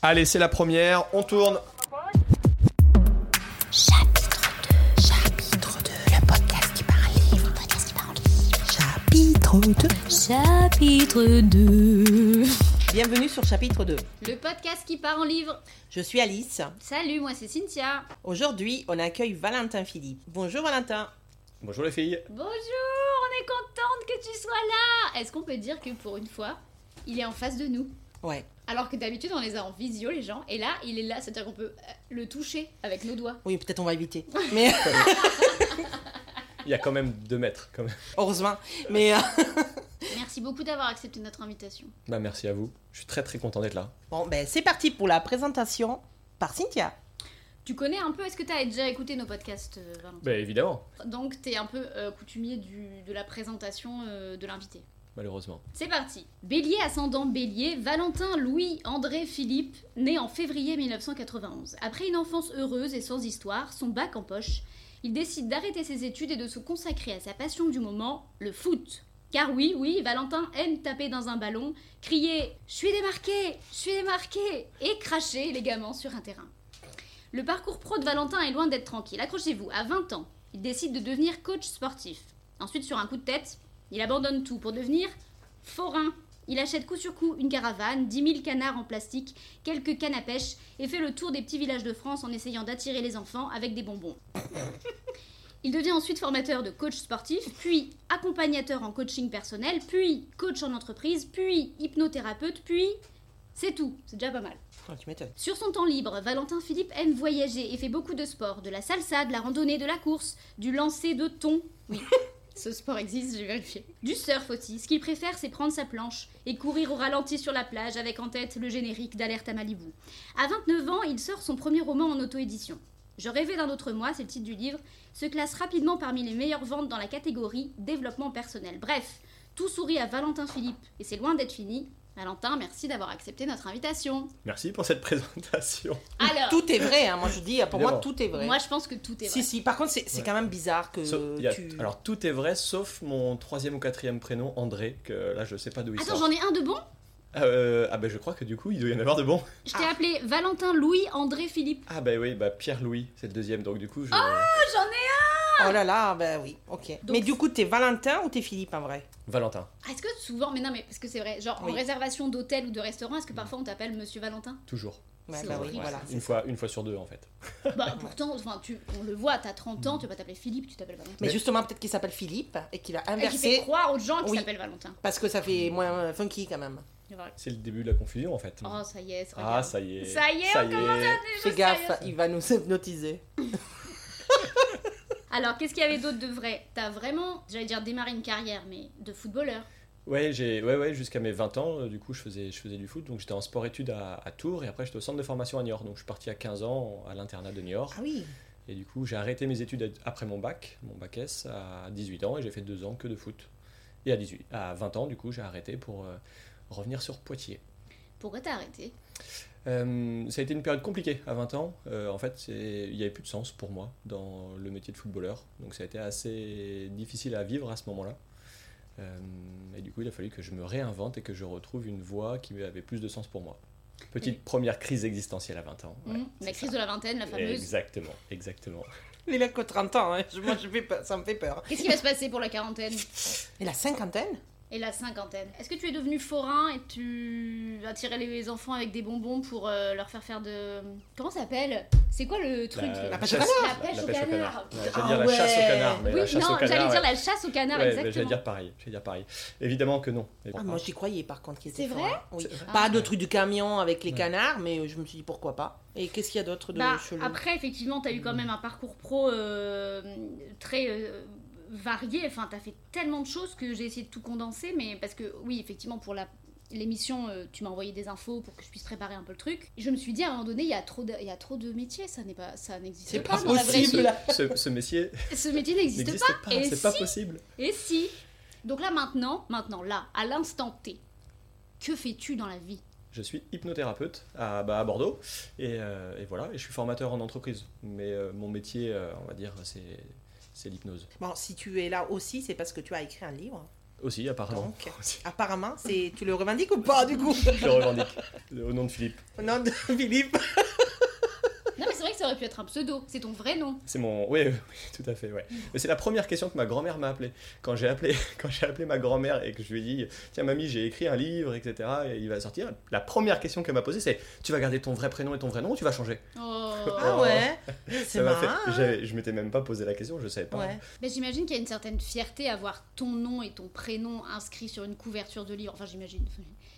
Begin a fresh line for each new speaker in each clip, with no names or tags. Allez, c'est la première, on tourne.
Chapitre 2. Chapitre 2. Le podcast qui parle livre. Le podcast qui parle livre. Chapitre 2. Chapitre 2.
Bienvenue sur chapitre 2.
Le podcast qui part en livre.
Je suis Alice.
Salut, moi c'est Cynthia.
Aujourd'hui, on accueille Valentin Philippe. Bonjour Valentin.
Bonjour les filles.
Bonjour, on est contente que tu sois là. Est-ce qu'on peut dire que pour une fois, il est en face de nous
Ouais.
Alors que d'habitude, on les a en visio, les gens. Et là, il est là, c'est-à-dire qu'on peut euh, le toucher avec nos doigts.
Oui, peut-être on va éviter. Mais
Il y a quand même deux mètres. Quand même.
heureusement. Mais euh,
Merci beaucoup d'avoir accepté notre invitation.
Bah, merci à vous. Je suis très très content d'être là.
bon, ben c'est parti pour la présentation par Cynthia.
Tu connais un peu, est-ce que tu as déjà écouté nos podcasts, euh, Valentin
Bah, évidemment,
Donc, tu es un peu euh, coutumier du- de la présentation euh, de l'invité.
malheureusement.
C'est parti. Bélier ascendant Bélier, Valentin Louis André Philippe, né en février 1991. Après une enfance heureuse et sans histoire, son bac en poche, il décide d'arrêter ses études et de se consacrer à sa passion du moment, le foot. Car oui, oui, Valentin aime taper dans un ballon, crier "Je suis démarqué, je suis démarqué" et cracher légamment sur un terrain. Le parcours pro de Valentin est loin d'être tranquille. Accrochez-vous, à 20 ans, il décide de devenir coach sportif. Ensuite, sur un coup de tête, il abandonne tout pour devenir forain. Il achète coup sur coup une caravane, 10 000 canards en plastique, quelques cannes à pêche et fait le tour des petits villages de France en essayant d'attirer les enfants avec des bonbons. Il devient ensuite formateur de coach sportif, puis accompagnateur en coaching personnel, puis coach en entreprise, puis hypnothérapeute, puis... C'est tout, c'est déjà pas mal.
Oh, tu m'étonnes.
Sur son temps libre, Valentin Philippe aime voyager et fait beaucoup de sports, de la salsa, de la randonnée, de la course, du lancer de thon. Oui, ce sport existe, j'ai vérifié. Du surf aussi. Ce qu'il préfère, c'est prendre sa planche et courir au ralenti sur la plage avec en tête le générique d'Alerte à Malibu. À 29 ans, il sort son premier roman en auto-édition. Je rêvais d'un autre moi, c'est le titre du livre, se classe rapidement parmi les meilleures ventes dans la catégorie développement personnel. Bref, tout sourit à Valentin Philippe et c'est loin d'être fini. Valentin, merci d'avoir accepté notre invitation.
Merci pour cette présentation.
Alors,
Tout est vrai, hein. moi je dis, pour moi
Évidemment.
tout est vrai.
moi je pense que tout est vrai.
si, si, par contre c'est c'est
Ouais.
quand même bizarre que
Euh,
Sauf- il y a-
tu...
Alors tout est vrai sauf mon troisième ou quatrième prénom, André, que là je sais pas d'où il
Attends,
sort.
j'en ai un de bon
Euh, ah bah je crois que du coup il doit y en avoir de bons.
Je
Ah.
t'ai appelé Valentin Louis André Philippe.
Ah bah oui, bah Pierre-Louis, c'est le deuxième donc du coup je...
Ah, j'en ai
Oh là là, ben oui, ok. Mais du coup t'es Valentin ou t'es Philippe en vrai
Valentin.
un Ah, Est-ce que souvent, mais non, mais parce que c'est vrai, genre
Oui.
en réservation d'hôtel ou de restaurant, est-ce que parfois on t'appelle Monsieur Valentin
Toujours.
Ouais,
Ah, C'est
bah oui,
horrible,
voilà.
ça.
c'est
Une
ça.
fois, une fois sur deux en fait.
Bah pourtant, enfin, tu, on le voit, t'as 30 ans, tu vas pas t'appeler Philippe, tu t'appelles Valentin.
Mais
Mais-
justement peut-être qu'il s'appelle Philippe et qu'il a
Et qui fait
inversé
croire aux gens qu'il
Oui.
s'appelle Valentin.
parce que ça fait moins euh, funky quand même.
C'est vrai.
C'est le début de la confusion en fait.
Oh, ça y est, c'est
ah ça y est.
Ça y est, on commence à des
Fais
choses
gaffe,
sérieuses.
il va nous hypnotiser.
Alors, qu'est-ce qu'il y avait d'autre de vrai T'as vraiment, j'allais dire démarré une carrière, mais de footballeur.
Ouais, j'ai ouais, ouais, jusqu'à mes 20 ans, euh, du coup, je faisais, je faisais du foot. Donc, j'étais en sport-études à, à Tours et après, j'étais au centre de formation à Niort. Donc, je suis parti à 15 ans à l'internat de Niort.
Ah oui.
Et du coup, j'ai arrêté mes études à- après mon bac, mon bac S, à 18 ans et j'ai fait deux ans que de foot. Et à, 18, à 20 ans, du coup, j'ai arrêté pour euh, revenir sur Poitiers.
Pourquoi t'as arrêté
Euh, ça a été une période compliquée à 20 ans. Euh, en fait, c'est- il n'y avait plus de sens pour moi dans le métier de footballeur. Donc ça a été assez difficile à vivre à ce moment-là. Euh, et du coup, il a fallu que je me réinvente et que je retrouve une voie qui avait plus de sens pour moi. Petite première crise existentielle à 20 ans. ouais,
Hmm
c'est
La crise
ça.
de la vingtaine, la fameuse.
Exactement, exactement.
Il a que 30 ans, hein. Je- moi je fais peur, ça me fait peur.
Qu'est-ce qui va se passer pour la quarantaine
Et la cinquantaine
Et la cinquantaine. Est-ce que tu es devenu forain et tu attirais les enfants avec des bonbons pour euh, leur faire faire de. Comment ça s'appelle C'est quoi le truc
La-
La pêche au
chasse-
canard. La pêche au canard.
Ouais, J'allais
Ah
dire la chasse
ouais.
au canard. Mais
Oui,
la chasse
non,
au
j'allais
canard.
dire
ouais.
la chasse au canard,
Ouais, mais J'allais
exactement.
dire pareil. j'allais dire pareil. Évidemment que non.
Ah, moi j'y croyais par contre. qu'il était
C'est
fort,
vrai
hein. Oui.
Ah.
Pas de truc du camion avec les
Ouais.
canards, mais je me suis dit pourquoi pas. Et qu'est-ce qu'il y a d'autre de
Bah,
chelou
après, effectivement, t'as eu quand même un parcours pro euh, très euh, varié. Enfin, t'as fait tellement de choses que j'ai essayé de tout condenser, mais parce que, oui, effectivement, pour la. L'émission, euh, tu m'as envoyé des infos pour que je puisse préparer un peu le truc. Je me suis dit à un moment donné, il y a trop de, il y a trop de métiers, ça n'est pas, ça
C'est
n'existe
pas
pas, dans la vraie
possible.
vie.
là.
Ah, Ce, ce métier
Ce métier n'existe
n'existe
pas.
pas.
Et
C'est pas
si-
possible.
Et si Donc là maintenant, maintenant là, à l'instant T, que fais-tu dans la vie
Je suis hypnothérapeute à, bah, à Bordeaux et, euh, et voilà, et je suis formateur en entreprise. Mais euh, mon métier, euh, on va dire, c'est c'est l'hypnose.
Bon, si tu es là aussi, c'est parce que tu as écrit un livre.
Ah Aussi, apparemment.
Donc, apparemment, c'est tu le revendiques ou pas du coup
Je le revendique. Euh, Au nom de Philippe.
Au nom de Philippe.
Non, mais c'est vrai que ça aurait pu être un pseudo. C'est ton vrai nom.
C'est mon. Oui, oui, oui, tout à fait, ouais. Mais c'est la première question que ma grand-mère m'a appelée. Quand j'ai appelé, quand j'ai appelé ma grand-mère et que je lui ai dit Tiens, mamie, j'ai écrit un livre, etc., et il va sortir, la première question qu'elle m'a posée, c'est Tu vas garder ton vrai prénom et ton vrai nom ou tu vas changer
Oh.
Ah ouais. C'est
Ça m'a
marrant.
fait-
hein.
j'avais- Je m'étais même pas posé la question, je savais pas.
Ouais.
Mais j'imagine qu'il y a une certaine fierté à voir ton nom et ton prénom inscrits sur une couverture de livre. Enfin, j'imagine.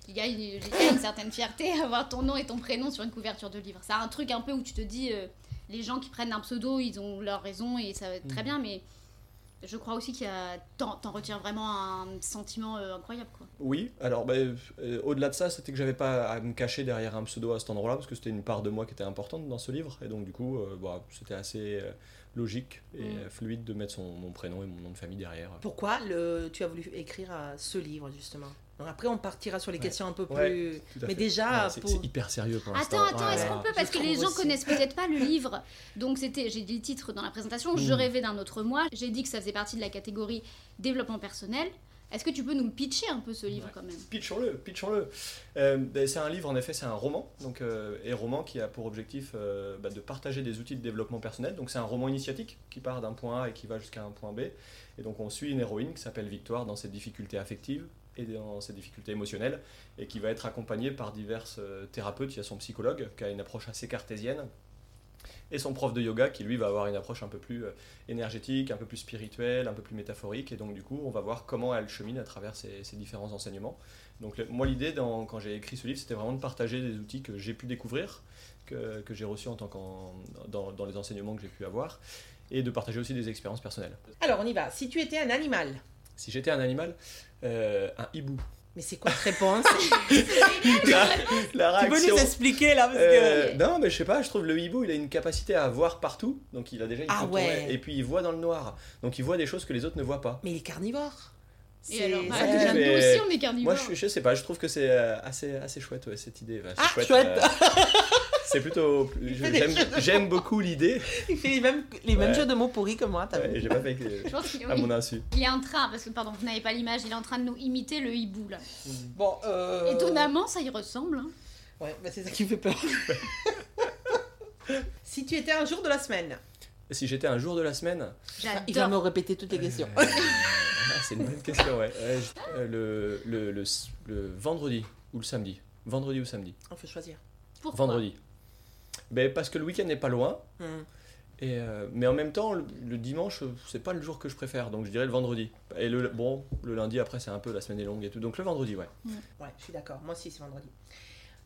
Il y, a une, il y a une certaine fierté à voir ton nom et ton prénom sur une couverture de livre. Ça a un truc un peu où tu te dis, euh, les gens qui prennent un pseudo, ils ont leur raison et ça va être très
Mm.
bien, mais je crois aussi qu'il y a. T'en, t'en retiens vraiment un sentiment euh, incroyable, quoi.
Oui, alors bah, euh, au-delà de ça, c'était que j'avais pas à me cacher derrière un pseudo à cet endroit-là, parce que c'était une part de moi qui était importante dans ce livre, et donc du coup, euh, bah, c'était assez euh, logique et
Mm.
euh, fluide de mettre son, mon prénom et mon nom de famille derrière.
Pourquoi le tu as voulu écrire euh, ce livre justement Donc après on partira sur les
Ouais.
questions un peu plus.
Ouais, Tout à fait.
Mais déjà
Ouais, c'est
pour.
c'est hyper sérieux pour l'instant.
Attends, attends,
Ouais,
est-ce
ouais.
qu'on peut
je
Parce que les
trouve
gens
aussi.
connaissent peut-être pas le livre. Donc c'était, j'ai dit le titre dans la présentation, Je
Mm.
rêvais d'un autre moi. J'ai dit que ça faisait partie de la catégorie développement personnel. Est-ce que tu peux nous le pitcher un peu ce livre
Ouais.
quand même
Pitchons-le, pitchons-le. Euh, ben, c'est un livre, en effet, c'est un roman, donc, euh, et roman qui a pour objectif euh, bah, de partager des outils de développement personnel. Donc c'est un roman initiatique qui part d'un point A et qui va jusqu'à un point B. Et donc on suit une héroïne qui s'appelle Victoire dans ses difficultés affectives et dans ses difficultés émotionnelles, et qui va être accompagnée par divers euh, thérapeutes. Il y a son psychologue qui a une approche assez cartésienne, et son prof de yoga qui lui va avoir une approche un peu plus euh, énergétique, un peu plus spirituelle, un peu plus métaphorique. Et donc du coup, on va voir comment elle chemine à travers ces, ces différents enseignements. Donc le- moi, l'idée dans- quand j'ai écrit ce livre, c'était vraiment de partager des outils que j'ai pu découvrir, que, que j'ai reçus en tant qu'en dans, dans les enseignements que j'ai pu avoir, et de partager aussi des expériences personnelles.
Alors on y va. Si tu étais un animal.
Si j'étais un animal, euh, un hibou.
Mais c'est quoi cette réponse
la, la
Tu peux
réaction.
nous expliquer là parce que.
Euh, non, mais je sais pas, je trouve le hibou, il a une capacité à voir partout, donc il a déjà une
Ah
contournée,
ouais.
et puis il voit dans le noir, donc il voit des choses que les autres ne voient pas.
Mais il est carnivore.
Et
C'est-
alors,
ça
bah,
ouais,
déjà,
devient-
mais-
nous aussi, on est carnivores.
Moi, je, je sais pas, je trouve que c'est euh, assez, assez chouette ouais, cette idée. ouais, c'est
Ah, chouette.
euh, C'est plutôt. je-
fait des
j'aime-
jeux de
J'aime beaucoup l'idée.
Il fait les mêmes, les mêmes
Ouais.
jeux de mots pourris que moi, t'as
Ouais,
vu
J'ai pas fait que-
Je pense qu'il est,
à mon insu.
il est en train, parce que pardon, vous n'avez pas l'image, il est en train de nous imiter le hibou là.
Bon, euh...
Étonnamment, ça y ressemble. hein.
Ouais, bah c'est ça qui me fait peur. si tu étais un jour de la semaine,
Si j'étais un jour de la semaine.
il va me
J'adore.
répéter toutes les questions.
Euh, ah, c'est une bonne question, ouais. Ouais, je- euh, le, le, le, s- le vendredi ou le samedi. Vendredi ou samedi.
On peut choisir.
Pourquoi
vendredi. Ben, parce que le week-end n'est pas loin.
Hmm.
Et euh, mais en même temps, le, le dimanche, euh, c'est pas le jour que je préfère, donc je dirais le vendredi. Et le bon, le lundi après, c'est un peu la semaine est longue et tout, donc le vendredi, ouais.
Ouais, je suis d'accord. Moi aussi, c'est vendredi.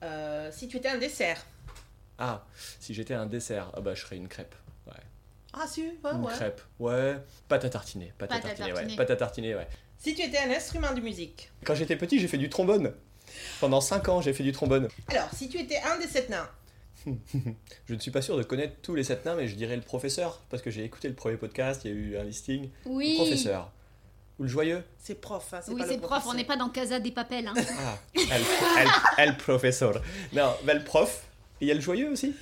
Euh, si tu étais un dessert.
Ah, si j'étais un dessert, ah bah je serais une crêpe.
Ah, si, ouais,
une
ouais.
crêpe, ouais. Pâte à tartiner, pâte, à
Pâte à
tartiner, ouais.
tartiner.
Pâte à tartiner, ouais.
Si tu étais un instrument de musique.
Quand j'étais petit, j'ai fait du trombone. Pendant 5 ans, j'ai fait du trombone.
Alors, si tu étais un des sept nains.
Je ne suis pas sûr de connaître tous les sept nains, mais je dirais le professeur, parce que j'ai écouté le premier podcast, il y a eu un listing.
Oui.
Le professeur. Ou le joyeux
C'est prof, hein, c'est
Oui,
pas
c'est
le
prof, on n'est
professeur.
pas dans Casa des Papels. Hein.
Ah, el, el, el professeur. Non, bah, le prof. Et il y a le joyeux aussi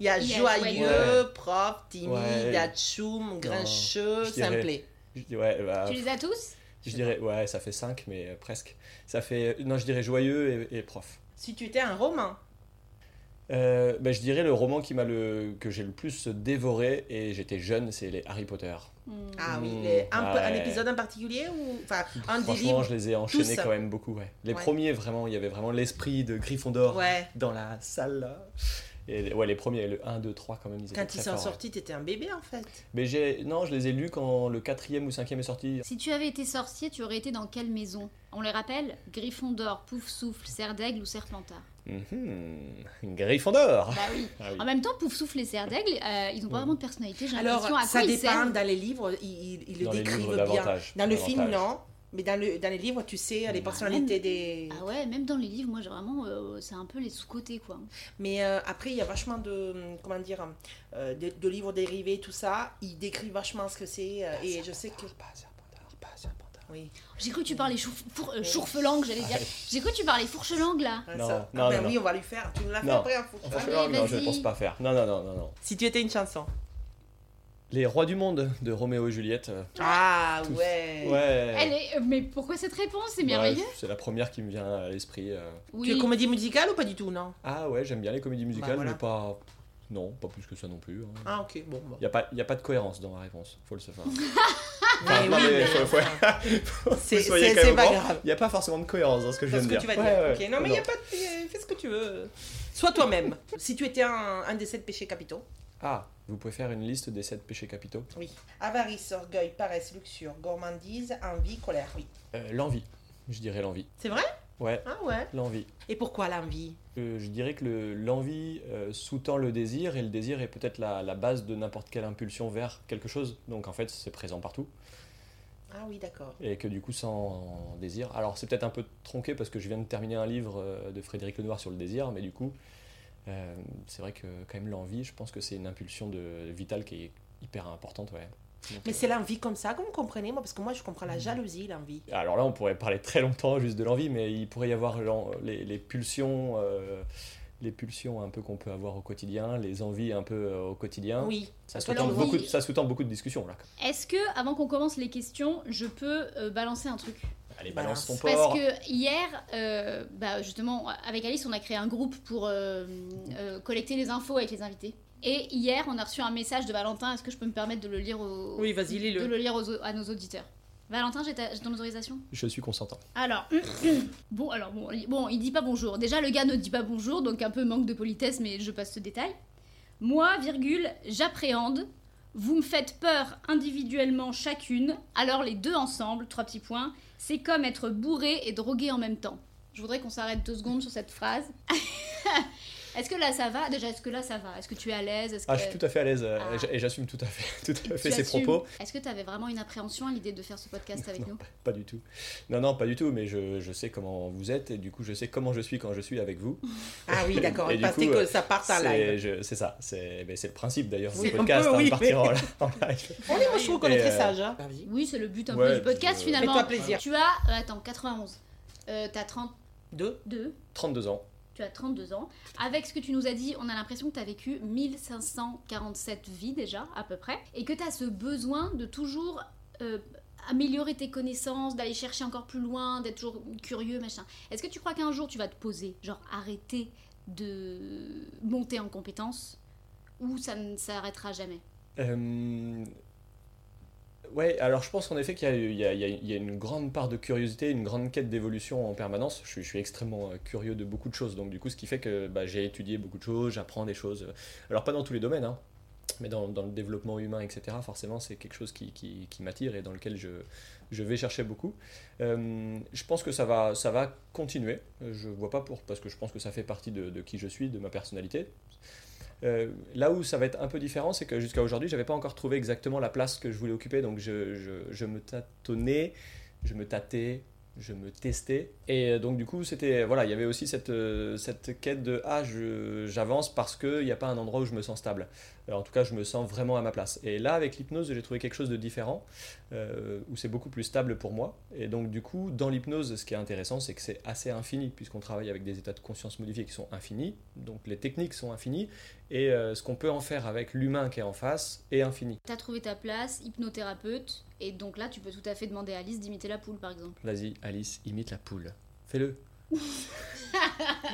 Il y a
Il y a
joyeux, prof, timide,
Ouais.
atchoum, grincheux,
je dirais-
simplé.
Je dis, ouais, bah,
Tu les as tous
je dirais, ouais, ça fait 5, mais euh, presque. Ça fait, euh, non, je dirais joyeux et, et prof.
Si tu étais un roman.
Euh, bah, je dirais le roman qui m'a le, que j'ai le plus dévoré et j'étais jeune, c'est les Harry Potter.
Hmm.
Ah oui,
Mm.
les- un, peu- un
Ouais.
épisode en particulier ou enfin un des
Franchement,
livres.
je les ai enchaînés
tous.
quand même beaucoup. Ouais. Les
Ouais.
premiers, vraiment, il y avait vraiment l'esprit de Gryffondor
Ouais.
dans la salle là. Et ouais, les premiers, le 1, 2, 3, quand même, ils étaient
Quand
très
ils sont
forts, ouais.
sortis, t'étais un bébé en fait.
Ah,
Mais j'ai, non, je les ai lus quand le quatrième ou cinquième est sorti.
Si tu avais été sorcier, tu aurais été dans quelle maison On les rappelle Griffon d'or, Pouf Souffle, Serre d'Aigle ou Serpentard
Mhm. Gryffondor
Bah oui.
Ah oui.
En même temps, Pouf Souffle et Serre d'Aigle, euh, ils ont pas vraiment de personnalité, j'ai
Alors,
l'impression. À
ça
quoi ils
dépend.
servent
Dans les livres, ils, ils- ils le
Dans les livres,
décrivent bien.
davantage.
Dans le film,
Davantage.
non. Mais dans, le, dans les livres, tu sais, les
Ah,
personnalités des.
Ah ouais, même dans les livres, moi, j'ai vraiment. euh, c'est un peu les sous-côtés, quoi.
Mais euh, après, il y a vachement de. hum, Comment dire euh, de, de livres dérivés, tout ça. Ils décrivent vachement ce que c'est. euh, et je sais que.
Pas Serpentard, pas Serpentard.
Oui.
J'ai cru que tu parlais chourf- four- euh, chourfelangue, j'allais dire. J'ai cru que tu parlais fourchelangue, là.
Ah,
Non,
ça-
non,
ah, ben
non,
oui, on va lui faire. Tu nous l'as fait
Non.
après, un fou.
Enfin,
Allez,
non, je ne
vas-y.
pense pas faire. Non, non, non, non, non.
Si tu étais une chanson.
Les Rois du Monde de Roméo et Juliette. euh,
Ah
tous.
ouais.
Ouais.
Elle est- euh, Mais pourquoi cette réponse C'est
Bah,
merveilleux.
c'est la première qui me vient à l'esprit. euh.
Tu es
Oui.
comédie musicale ou pas du tout, non
Ah ouais, j'aime bien les comédies musicales,
Bah, voilà.
mais pas. Non, pas plus que ça non plus. Il
Ah ok, bon. bon.
n'y a, pas- y a pas de cohérence dans ma réponse, faut le savoir.
Mais
non,
Eh oui,
mais
mais
faut- faut-
enfin,
Faut
C'est-
que vous soyez
c'est-
quand
c'est
même
pas
au
grave.
Il n'y a pas forcément de cohérence dans ce que je
C'est
viens
ce
de
que
dire.
tu vas dire.
Ouais, ouais,
ok. Non mais il y a pas de... euh, Fais ce que tu veux. Sois toi-même. si tu étais un, un des sept péchés capitaux.
Ah, vous pouvez faire une liste des 7 péchés capitaux.
Oui. Avarice, orgueil, paresse, luxure, gourmandise, envie, colère. Oui.
Euh, l'envie, je dirais l'envie.
C'est vrai
Ouais,
Ah ouais.
l'envie.
Et pourquoi l'envie
Euh, je dirais que le- l'envie euh, sous-tend le désir et le désir est peut-être la, la base de n'importe quelle impulsion vers quelque chose. Donc en fait, c'est présent partout.
Ah oui, d'accord.
Et que du coup, sans désir. Alors c'est peut-être un peu tronqué parce que je viens de terminer un livre euh, de Frédéric Lenoir sur le désir, mais du coup, euh, c'est vrai que quand même l'envie, je pense que c'est une impulsion de, vitale qui est hyper importante. Ouais. Donc,
Mais
euh,
c'est l'envie comme ça que vous comprenez, moi, parce que moi, je comprends
Mmh.
la jalousie, l'envie.
Alors là, on pourrait parler très longtemps juste de l'envie, mais il pourrait y avoir l'en- les, les pulsions, euh, les pulsions un peu qu'on peut avoir au quotidien, les envies un peu euh, au quotidien.
Oui.
Ça
Parce que
sous-tend
l'envie-
beaucoup, de- ça sous-tend beaucoup de discussions là.
Est-ce que, avant qu'on commence les questions, je peux euh, balancer un truc
Allez, balance
balance
ton
Bah, Parce
porc.
que hier, euh, bah, justement, avec Alice, on a créé un groupe pour euh, euh, collecter les infos avec les invités. Et hier, on a reçu un message de Valentin. Est-ce que je peux me permettre de le lire aux...
Oui, vas-y, lis-le.
de le lire aux- à nos auditeurs Valentin, j'ai ta- j'ai ton autorisation
Je suis consentant.
Alors, bon, alors bon, il- bon, il dit pas bonjour. Déjà, le gars ne dit pas bonjour, donc un peu manque de politesse, mais je passe ce détail. Moi, virgule, j'appréhende. Vous me faites peur individuellement chacune, alors les deux ensemble, trois petits points, c'est comme être bourré et drogué en même temps. Je voudrais qu'on s'arrête deux secondes sur cette phrase. est-ce que là ça va Déjà, est-ce que là ça va Est-ce que tu es à l'aise Est-ce
Ah,
que
je suis tout à fait à l'aise euh,
Ah.
et j'a- et j'assume tout à fait, tout à
tu
fait ses
assumes
propos.
Est-ce que tu avais vraiment une appréhension à l'idée de faire ce podcast avec nous
Pas du tout. Non, non, pas du tout, mais je, je sais comment vous êtes et du coup, je sais comment je suis quand je suis avec vous.
Ah oui, d'accord.
Et du
Parce
coup,
que
euh,
ça part en
C'est
live.
je- c'est ça, c'est ben, c'est le principe d'ailleurs
Oui,
du
un
podcast,
peu,
hein,
oui,
de partir
mais-
en, en live.
On est, moi, je trouve qu'on est
Et,
très
euh,
sage. Hein. Vas-y.
Oui, c'est le but un peu
Ouais,
du podcast
je-
finalement.
Fais-toi plaisir.
Tu as, euh, attends, 91. Euh, t'as 32,
Deux.
32 ans.
tu as 32 ans. Avec ce que tu nous as dit, on a l'impression que tu as vécu 1547 vies déjà, à peu près. Et que tu as ce besoin de toujours euh, améliorer tes connaissances, d'aller chercher encore plus loin, d'être toujours curieux, machin. Est-ce que tu crois qu'un jour tu vas te poser, genre arrêter de monter en compétences ou ça ne s'arrêtera jamais
Euh, Ouais, alors je pense en effet qu'il y a, il y a- il y a- il y a une grande part de curiosité, une grande quête d'évolution en permanence. Je suis, je suis extrêmement euh, curieux de beaucoup de choses, donc du coup, ce qui fait que bah, j'ai étudié beaucoup de choses, j'apprends des choses. euh, Alors pas dans tous les domaines, hein, mais dans, dans le développement humain, etc. Forcément, c'est quelque chose qui, qui- qui m'attire et dans lequel je, je vais chercher beaucoup. Euh, je pense que ça va, ça va continuer. Euh, Je vois pas pour parce que je pense que ça fait partie de, de qui je suis, de ma personnalité. Euh, là où ça va être un peu différent, c'est que jusqu'à aujourd'hui, j'avais pas encore trouvé exactement la place que je voulais occuper, donc je, je, je me tâtonnais, je me tâtais, je me testais, et euh, donc du coup, c'était voilà, il y avait aussi cette, euh, cette quête de ah, je- j'avance parce qu'il n'y a pas un endroit où je me sens stable. Alors, en tout cas, je me sens vraiment à ma place. Et là, avec l'hypnose, j'ai trouvé quelque chose de différent, euh, où c'est beaucoup plus stable pour moi. Et donc, du coup, dans l'hypnose, ce qui est intéressant, c'est que c'est assez infini, puisqu'on travaille avec des états de conscience modifiés qui sont infinis, donc les techniques sont infinies, et euh, ce qu'on peut en faire avec l'humain qui est en face est infini.
T'as trouvé ta place, hypnothérapeute, et donc là, tu peux tout à fait demander à Alice d'imiter la poule, par exemple.
Vas-y, Alice, imite la poule. Fais-le.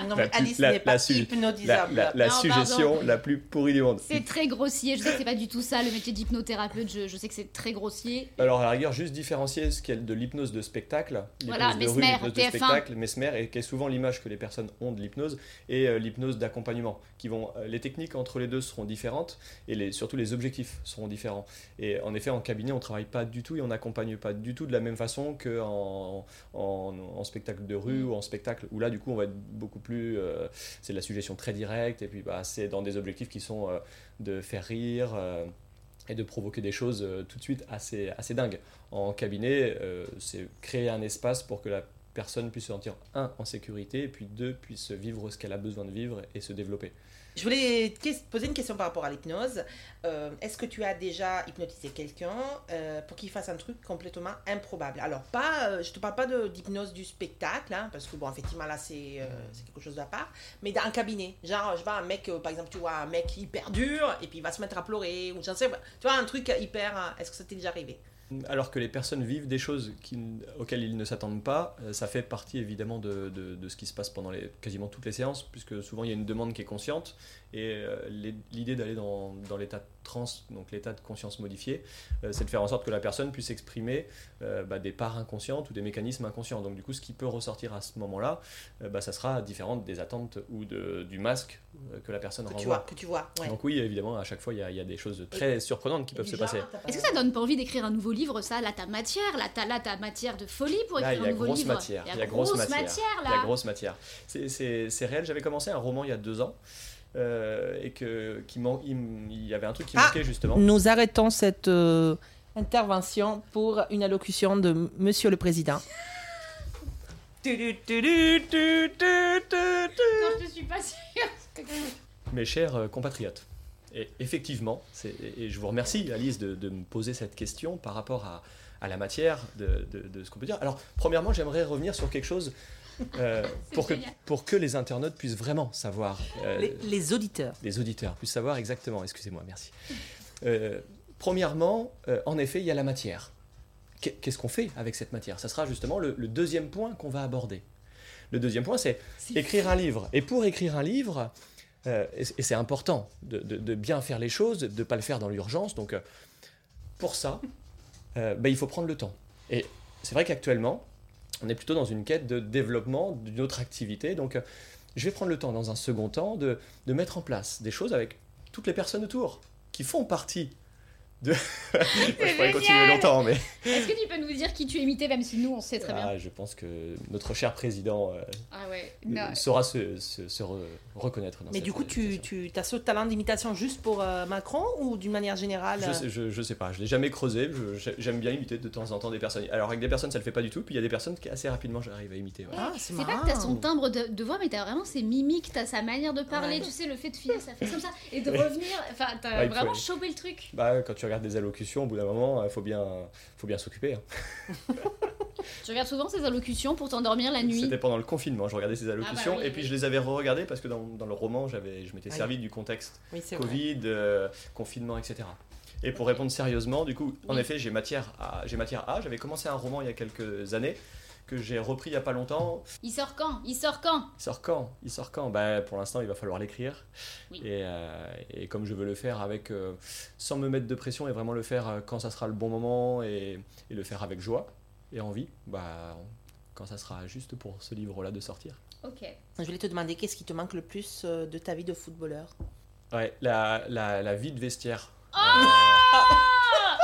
Non, mais
pu-
Alice
la-
n'est pas
la su- La,
hypnotisable.
la- la
Non,
suggestion
pardon.
la plus pourrie du monde.
C'est très grossier, je sais que c'est pas du tout ça, le métier d'hypnothérapeute, je, je sais que c'est très grossier.
Alors à la rigueur, juste différencier ce qu'est de l'hypnose de spectacle, l'hypnose
Voilà,
de rue,
Mesmer,
l'hypnose de
TF1.
spectacle, mesmer, et qui est souvent l'image que les personnes ont de l'hypnose, et euh, l'hypnose d'accompagnement. Qui vont, euh, les techniques entre les deux seront différentes, et les, surtout les objectifs seront différents. Et en effet, en cabinet, on travaille pas du tout et on n'accompagne pas du tout de la même façon qu'en en, en- en spectacle de rue ou en spectacle, où là, du coup, on va être beaucoup plus... euh, c'est de la suggestion très directe, et puis bah, c'est dans des objectifs qui sont euh, de faire rire... euh, et de provoquer des choses euh, tout de suite assez, assez dingues en cabinet, euh, c'est créer un espace pour que la personne puisse se sentir, un, en sécurité, et puis deux, puisse vivre ce qu'elle a besoin de vivre et se développer.
Je voulais te ques- poser une question par rapport à l'hypnose. Euh, Est-ce que tu as déjà hypnotisé quelqu'un euh, pour qu'il fasse un truc complètement improbable Alors, pas, euh, je te parle pas de- d'hypnose du spectacle, hein, parce que, bon, effectivement, là, c'est euh, c'est quelque chose d'à part, mais dans un cabinet. Genre, je sais pas, un mec, euh, par exemple, tu vois, un mec hyper dur, et puis il va se mettre à pleurer, ou j'en sais, pas. tu vois, un truc hyper. euh, Est-ce que ça t'est déjà arrivé
Alors que les personnes vivent des choses qui n- auxquelles ils ne s'attendent pas, euh, ça fait partie évidemment de, de- de ce qui se passe pendant les, quasiment toutes les séances, puisque souvent il y a une demande qui est consciente, et euh, les- l'idée d'aller dans, dans l'état de transe, donc l'état de conscience modifié, euh, c'est de faire en sorte que la personne puisse exprimer euh, bah, des parts inconscientes ou des mécanismes inconscients. Donc du coup, ce qui peut ressortir à ce moment-là, euh, bah, ça sera différent des attentes ou de- du masque euh, que la personne
Que tu vois,
renvoie.
que tu vois. Ouais.
Donc oui, évidemment, à chaque fois, il y a, il y a des choses très surprenantes qui peuvent se
Bizarre,
passer.
t'as pas-
Est-ce que ça donne pas envie d'écrire un nouveau livre, ça Là, ta matière, là, t'as là, ta matière de folie pour
Là, il y
écrire un
a
nouveau
grosse
livre.
matière,
Il y a grosse matière,
Il y a
là.
grosse matière. C'est- C'est c'est réel, j'avais commencé un roman il y a deux ans, euh, et que, qui man- il, m- il y avait un truc qui
Ah.
manquait justement.
Nous arrêtons cette euh, intervention pour une allocution de M- Monsieur le Président. Tudu, tudu, tudu, tudu, tudu.
Non, je suis pas sûre.
Mes chers euh, compatriotes, et effectivement, c'est- et, et je vous remercie Alice de, de me poser cette question par rapport à, à la matière de, de- de ce qu'on peut dire. Alors, premièrement, j'aimerais revenir sur quelque chose euh,
C'est
pour, que,
génial.
pour que les internautes puissent vraiment savoir euh,
Les, les auditeurs.
les auditeurs puissent savoir exactement. Excusez-moi, merci. Euh, premièrement, euh, en effet, il y a la matière. Qu'est- Qu'est-ce qu'on fait avec cette matière Ça sera justement le, le deuxième point qu'on va aborder. Le deuxième point, c'est écrire un livre. Et pour écrire un livre, euh, et c- et c'est important de, de- de bien faire les choses, de ne pas le faire dans l'urgence. Donc, euh, pour ça, euh, ben, il faut prendre le temps. Et c'est vrai qu'actuellement, on est plutôt dans une quête de développement d'une autre activité. Donc, euh, je vais prendre le temps, dans un second temps, de, de mettre en place des choses avec toutes les personnes autour qui font partie de. je pourrais continuer
génial
longtemps, mais.
Est-ce que tu peux nous dire qui tu imitais, même si nous, on sait très bien
Ah, je pense que notre cher président euh,
Ah ouais, non.
saura se, se- se re- reconnaître dans
Mais
cette euh,
du coup, tu,
réalisation.
tu as ce talent d'imitation juste pour euh, Macron ou d'une manière générale euh,
Je
euh,
sais, je, je sais pas, je l'ai jamais creusé, je- j'ai- j'aime bien imiter de temps en temps des personnes. Alors avec des personnes ça le fait pas du tout, puis il y a des personnes qui assez rapidement j'arrive à imiter. ouais.
Ah, c'est
C'est pas
marrant.
que t'as son timbre de, de voix, mais t'as vraiment ses mimiques, t'as sa manière de parler,
Ouais.
tu sais, le fait de finir sa face comme ça, et de revenir, enfin, t'as
Ouais, il faut
vraiment
aller.
chopé le truc.
Bah quand tu regardes des allocutions, au bout d'un moment, il faut bien, faut bien s'occuper. hein.
Tu regardes souvent ses allocutions pour t'endormir la nuit. Ah, bah
C'était pendant le confinement, je regardais ces allocutions,
oui,
et puis
oui.
je les avais re-regardées parce que dans, dans le roman, j'avais, je m'étais
Ah oui.
servi du contexte
Oui, c'est vrai.
Covid, euh, confinement, etc. Et pour répondre sérieusement, du coup, en
Oui.
effet, j'ai matière à, j'ai matière à. J'avais commencé un roman il y a quelques années que j'ai repris il y a pas longtemps,
Il sort quand Il sort quand
Il sort quand Il sort quand bah, Pour l'instant, il va falloir l'écrire.
Oui.
Et, euh, et comme je veux le faire avec, euh, sans me mettre de pression et vraiment le faire euh, quand ça sera le bon moment et, et le faire avec joie et envie, bah, quand ça sera juste pour ce livre-là de sortir.
Ok.
Je voulais te demander qu'est-ce qui te manque le plus euh, de ta vie de footballeur
Ouais, la, la, la vie de vestiaire.
Oh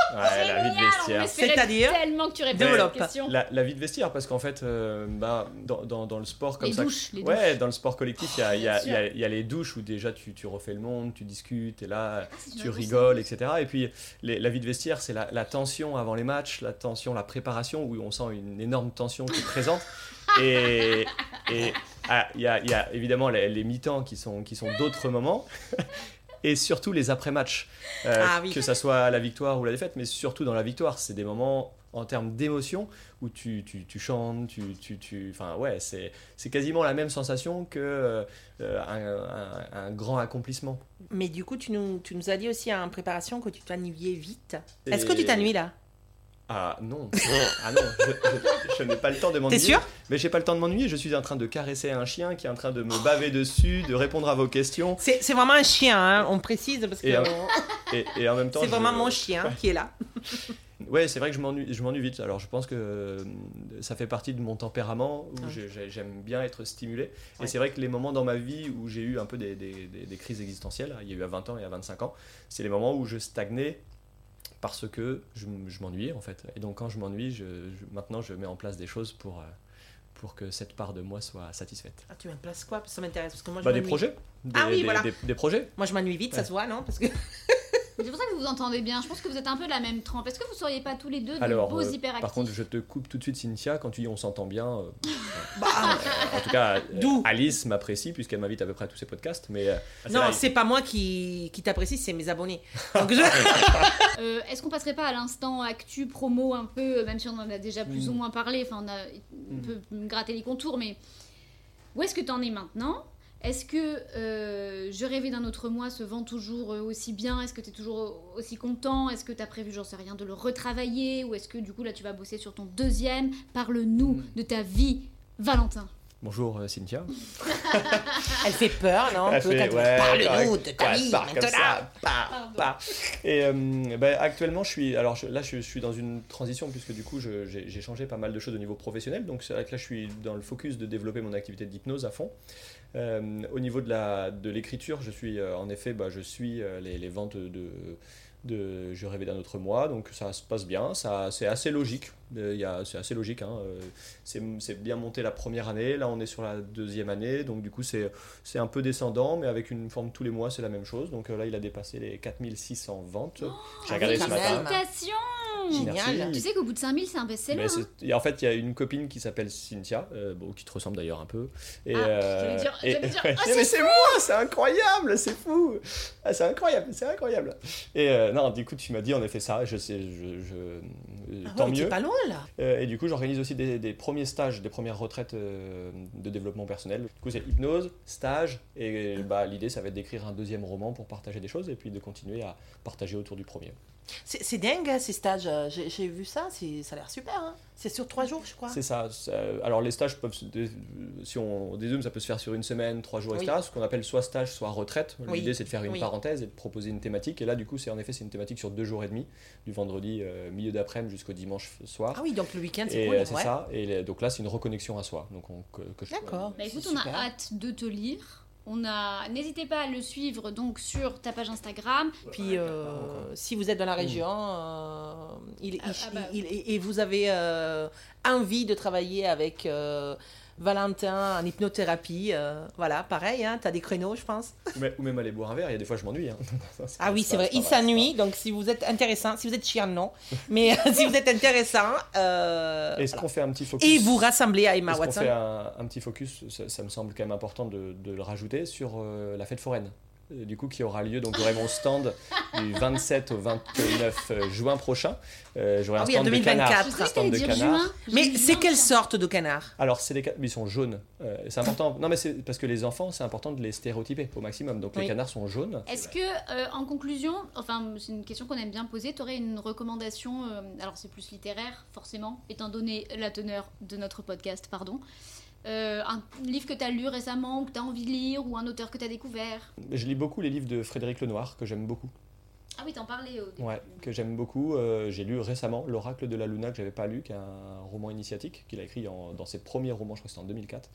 Euh, ouais, la vie de
Génial, on
vestiaire.
espérait
C'est-à-dire
Tellement que tu réponds à la
Développe.
question.
La, la vie de vestiaire, parce qu'en fait, euh, bah, dans, dans, dans le sport comme
Les
ça,
douches, les douches.
Ouais, dans le sport collectif, il y a- il y, a-
bien
il y a- il y a les douches où déjà tu, tu refais le monde, tu discutes, et là
Ah, c'est une
tu
réponse.
rigoles, etc. Et puis les- la vie de vestiaire, c'est la, la tension avant les matchs, la tension, la préparation, où on sent une énorme tension qui est présente. Et et, ah, il y, a- il y a évidemment les, les mi-temps qui sont, qui sont d'autres moments. Et surtout les après-matchs, Euh,
Ah oui.
que ça soit la victoire ou la défaite, mais surtout dans la victoire, c'est des moments en termes d'émotion où tu, tu, tu chantes, tu, tu, tu- enfin ouais, c'est, c'est quasiment la même sensation que euh, un, un- un grand accomplissement.
Mais du coup, tu nous, tu nous as dit aussi en préparation que tu t'ennuyais vite.
Et-
Est-ce que tu t'ennuies là
Ah non, ah non, je, je- je n'ai pas le temps de m'ennuyer.
T'es sûr
Mais j'ai pas le temps de m'ennuyer. Je suis en train de caresser un chien qui est en train de me baver dessus, de répondre à vos questions.
C'est c'est vraiment un chien, hein, on précise parce que
Et un-
on-
Et, et en même temps,
c'est
je-
vraiment mon chien qui est là.
Ouais, c'est vrai que je m'ennuie, je m'ennuie vite. Alors, je pense que euh, ça fait partie de mon tempérament où
Ouais.
j'ai- j'ai- j'aime bien être stimulé.
Ouais.
Et c'est vrai que les moments dans ma vie où j'ai eu un peu des, des- des- des crises existentielles, hein, il y a eu à 20 ans et à 25 ans, c'est les moments où je stagnais parce que je, m- je m'ennuyais en fait. Et donc, quand je m'ennuie, je, je- maintenant je mets en place des choses pour, euh, pour que cette part de moi soit satisfaite.
Ah, tu me places quoi Ça m'intéresse parce que moi je
Bah, des
m'ennuie.
projets des,
Ah oui,
des-
voilà.
des- des projets
Moi je m'ennuie vite, ça
Ouais. Ah,
se voit, non Parce que
Mais C'est pour ça que vous vous entendez bien. Je pense que vous êtes un peu de la même trempe. Est-ce que vous seriez pas tous les deux de
Alors,
beaux
euh,
hyperactifs
Par contre, je te coupe tout de suite, Cynthia. Quand tu dis on s'entend bien, euh,
Bah,
En tout cas, euh,
D'où
Alice m'apprécie puisqu'elle m'invite à peu près à tous ses podcasts. Mais euh,
non,
vrai,
c'est pas moi qui, qui t'apprécie, c'est mes abonnés. Donc je-
Ah,
Euh, Est-ce qu'on passerait pas à l'instant actu promo un peu, euh, même si on en a déjà plus
Mm.
ou moins parlé, enfin on, a, on peut gratter les contours, mais où est-ce que t'en es maintenant Est-ce que euh, Je rêvais d'un autre moi se vend toujours euh, aussi bien Est-ce que t'es toujours euh, aussi content Est-ce que t'as prévu, j'en sais rien, de le retravailler Ou est-ce que du coup là tu vas bosser sur ton deuxième Parle-nous
Mm.
de ta vie, Valentin.
bonjour euh, Cynthia.
Elle fait peur, non un
Elle
peu,
fait,
quand
ouais,
elle Parle-nous
correct.
de ta
Ouais,
vie,
part comme
maintenant.
ça, part,
Pardon.
part. Et euh, ben, actuellement, je suis. Alors je- là, je, je suis dans une transition puisque du coup, je- j'ai j'ai changé pas mal de choses au niveau professionnel. Donc c'est vrai que là, je suis dans le focus de développer mon activité d'hypnose à fond. Euh, au niveau de la de l'écriture, je suis euh, en effet, bah, je suis euh, les, les ventes de de je rêvais d'un autre moi donc ça se passe bien ça c'est assez logique Euh, il y a- c'est assez logique hein, euh, c'est c'est bien monté la première année là on est sur la deuxième année donc du coup c'est c'est un peu descendant mais avec une forme tous les mois c'est la même chose donc euh, là il a dépassé les 4600 ventes j'ai regardé
Oh,
ce
ah oui, quand même.
matin
Félicitations
Génial.
Tu sais qu'au bout de 5000 c'est un best-seller.
mais
hein.
c'est- et en fait, il y a une copine qui s'appelle Cynthia, euh, bon, qui te ressemble d'ailleurs un peu. Et,
Ah,
euh,
j'allais dire-
et-
j'allais dire,
Mais
ah, c'est
c'est moi, c'est incroyable, c'est fou, Ah, c'est incroyable, c'est incroyable. Et euh, non, du coup, tu m'as dit en effet ça, je sais, je, je- euh,
Ah ouais,
tant
mais t'es
mieux.
pas loin là.
Euh, et du coup, j'organise aussi des, des premiers stages, des premières retraites euh, de développement personnel. Du coup, c'est hypnose, stage, et bah, l'idée, ça va être d'écrire un deuxième roman pour partager des choses et puis de continuer à partager autour du premier.
C'est c'est dingue hein, ces stages. euh, J'ai j'ai vu ça, c'est- ça a l'air super. hein. C'est sur trois jours, je crois.
C'est ça. ça- Alors les stages peuvent, se dé- si on dézoome, ça peut se faire sur une semaine, trois jours,
Oui.
etc. Ce qu'on appelle soit stage, soit retraite.
Oui.
L'idée c'est de faire une
Oui.
parenthèse et de proposer une thématique. Et là du coup c'est en effet c'est une thématique sur deux jours et demi, du vendredi euh, milieu d'après-midi jusqu'au dimanche soir.
Ah oui, donc le week-end, c'est
et
cool.
euh, c'est
ouais.
ça. Et les- donc là c'est une reconnexion à soi. Donc on- que- que je-
D'accord.
Bah écoute,
C'est
on a
super.
hâte de te lire. On a, n'hésitez pas à le suivre donc sur ta page Instagram.
Puis euh, si vous êtes dans la
Mm.
région euh, il-
Ah,
il-
ah bah.
il- il- et vous avez euh, envie de travailler avec euh, Valentin en hypnothérapie, euh, voilà, pareil, hein, tu as des créneaux, je pense.
Ou même- Ou même aller boire un verre. Il y a des fois je m'ennuie. hein.
Ah oui,
pas-
c'est vrai,
pas
il
mal, c'est pas
s'ennuie, donc si vous êtes intéressant, si vous êtes chiant, non, mais si vous êtes intéressant, euh,
mal. Est-ce
voilà.
qu'on fait un petit focus
et vous rassemblez à Emma
Est-ce qu'on
Watson.
fait un, un petit focus, ça, ça me semble quand même important de, de le rajouter, sur euh, la fête foraine. euh, Du coup, qui aura lieu, donc j'aurai mon stand du 27 au 29 euh, juin prochain. Euh, j'aurai
Ah
un
oui, en
stand de
2024.
canard.
Je sais
Après,
que t'allais
stand de
dire
canard.
juin.
Mais
Juin,
c'est quelle
tiens.
sorte de canard
Alors, c'est des canards, mais ils sont jaunes. Euh, c'est important. Non, mais c'est parce que les enfants, c'est important de les stéréotyper au maximum. Donc,
Oui.
les canards sont jaunes.
Est-ce que, euh, en conclusion, enfin, c'est une question qu'on aime bien poser, tu aurais une recommandation, euh, alors c'est plus littéraire, forcément, étant donné la teneur de notre podcast, pardon, euh, un livre que tu as lu récemment, ou que tu as envie de lire, ou un auteur que tu as découvert
Je lis beaucoup les livres de Frédéric Lenoir, que j'aime beaucoup.
Ah oui, t'en parlais au début.
Ouais, que j'aime beaucoup. Euh, j'ai lu récemment L'Oracle de la Luna, que j'avais pas lu, qui est un roman initiatique qu'il a écrit en- dans ses premiers romans, je crois que c'était en 2004.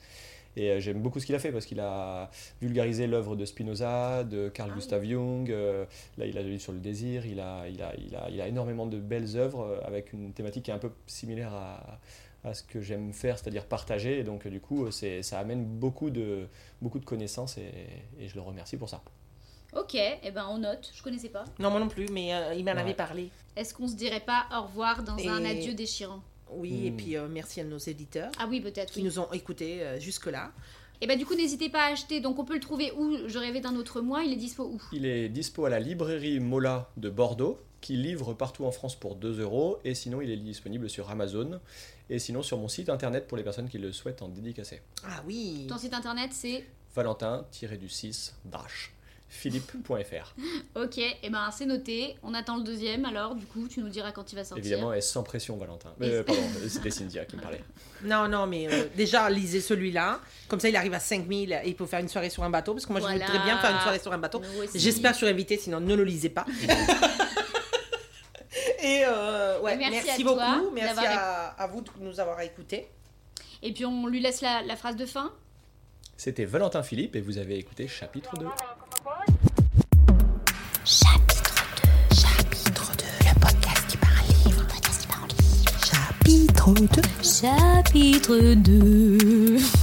Et euh, j'aime beaucoup ce qu'il a fait parce qu'il a vulgarisé l'œuvre de Spinoza, de Carl
Ah oui.
Gustav Jung. euh, là, il a lu sur le désir. Il a, il a, il a, il a énormément de belles œuvres euh, avec une thématique qui est un peu similaire à, à ce que j'aime faire, c'est-à-dire partager. Et donc, euh, du coup, euh, c'est, ça amène beaucoup de, beaucoup de connaissances et, et je le remercie pour ça.
Ok, et ben on note, je connaissais pas.
Non, moi non plus, mais euh, il m'en
Ouais.
avait parlé.
Est-ce qu'on se dirait pas au revoir dans un
Et-
adieu déchirant
Oui, et
Hmm.
puis euh, merci à nos éditeurs
Ah oui, peut-être.
qui
Oui.
nous ont écoutés euh, jusque-là.
Et bah du coup, n'hésitez pas à acheter. Donc on peut le trouver où Je rêvais d'un autre mois. Il est dispo où
Il est dispo à la librairie Mola de Bordeaux, qui livre partout en France pour 2 euros, et sinon il est disponible sur Amazon, et sinon sur mon site internet pour les personnes qui le souhaitent en dédicacé.
Ah oui
Ton site internet, c'est
Valentin-du-6 dash philippe.fr.
ok. Et ben c'est noté. On attend le deuxième. Alors du coup, tu nous diras quand il va sortir.
Évidemment, et sans pression Valentin.
Et-
Euh, pardon, c'était Cynthia qui me parlait.
Non, non, mais euh, déjà, lisez celui-là. Comme ça, il arrive à 5000 et il peut faire une soirée sur un bateau. Parce que moi, je
Voilà.
veux très bien faire une soirée sur un bateau.
Nous aussi.
J'espère que je suis invitée, sinon ne le lisez pas. et euh, ouais,
Merci
merci,
à toi
beaucoup. merci
d'avoir
à, à vous de nous avoir écoutés.
Et puis on lui laisse la, la phrase de fin.
C'était Valentin Philippe, et vous avez écouté chapitre 2.
Chapitre 2. Chapitre 2. Le podcast qui parle livre. Le podcast qui parle livre. Chapitre 2. Chapitre 2.